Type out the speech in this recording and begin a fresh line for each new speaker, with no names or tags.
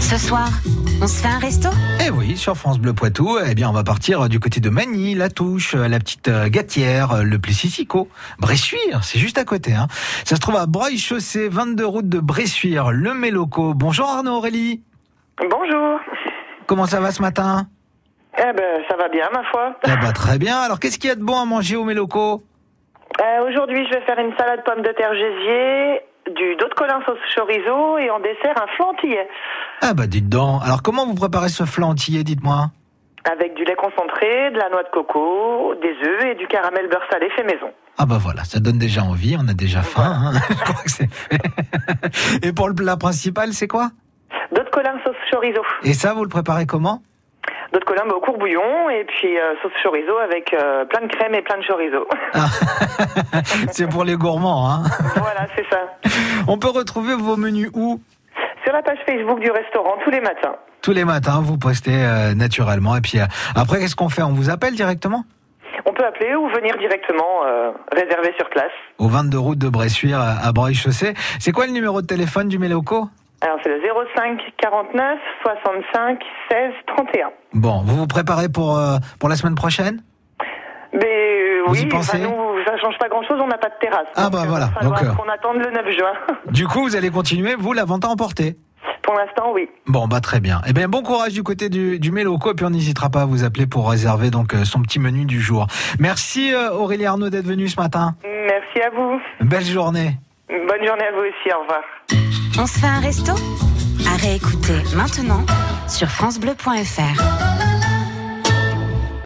Ce soir, on se fait un resto
Eh oui, sur France Bleu Poitou, eh bien, on va partir du côté de Magny, La Touche, la petite euh, Gatière, euh, le Plessis-Sico, Bressuire, c'est juste à côté. hein. Ça se trouve à Breuil-Chaussée, 22 route de Bressuire, le Méloco. Bonjour Arnaud Aurélie,
Bonjour.
comment ça va ce matin
Eh ben, ça va bien, ma foi.
Eh ben, Très bien, alors qu'est-ce qu'il y a de bon à manger au Méloco
Euh, Aujourd'hui, je vais faire une salade pomme de terre gésier, du dos de colin sauce chorizo et en dessert un flantillet
Ah bah dites donc, alors comment vous préparez ce flantier, dites-moi
avec du lait concentré, de la noix de coco, des œufs et du caramel beurre salé fait maison.
Ah bah voilà, ça donne déjà envie, on a déjà faim, hein. je crois que c'est fait. Et pour le plat principal, c'est quoi
Dos de colin sauce chorizo.
Et ça, vous le préparez comment
Dos de colin bah, au courbouillon et puis euh, sauce chorizo avec euh, plein de crème et plein de chorizo.
Ah, c'est pour les gourmands. Hein.
voilà, c'est ça.
On peut retrouver vos menus où
Sur la page Facebook du restaurant tous les matins.
Tous les matins, vous postez euh, naturellement. Et puis euh, après, qu'est-ce qu'on fait On vous appelle directement
On peut appeler ou venir directement euh, réserver sur place.
au 22 route de Bressuire à à Breuil-Chaussée. C'est quoi le numéro de téléphone du Méloco
Alors c'est le 05 49 65 16 31.
Bon, vous vous préparez pour, euh, pour la semaine prochaine
Mais euh,
Vous y
oui,
pensez
ça nous, ça change pas grand chose, on n'a pas de terrasse.
Ah, bah,
euh,
voilà,
Il va
donc,
falloir
euh,
qu'on attende le 9 juin.
Du coup, vous allez continuer, vous, la vente à emporter
Pour l'instant, oui.
Bon, bah très bien. Eh bien, bon courage du côté du, du Méloco, et puis on n'hésitera pas à vous appeler pour réserver donc euh, son petit menu du jour. Merci euh, Aurélie Arnaud d'être venue ce matin.
Merci à vous.
Belle journée.
Bonne journée à vous aussi, au revoir.
On se fait un resto À réécouter maintenant sur FranceBleu.fr.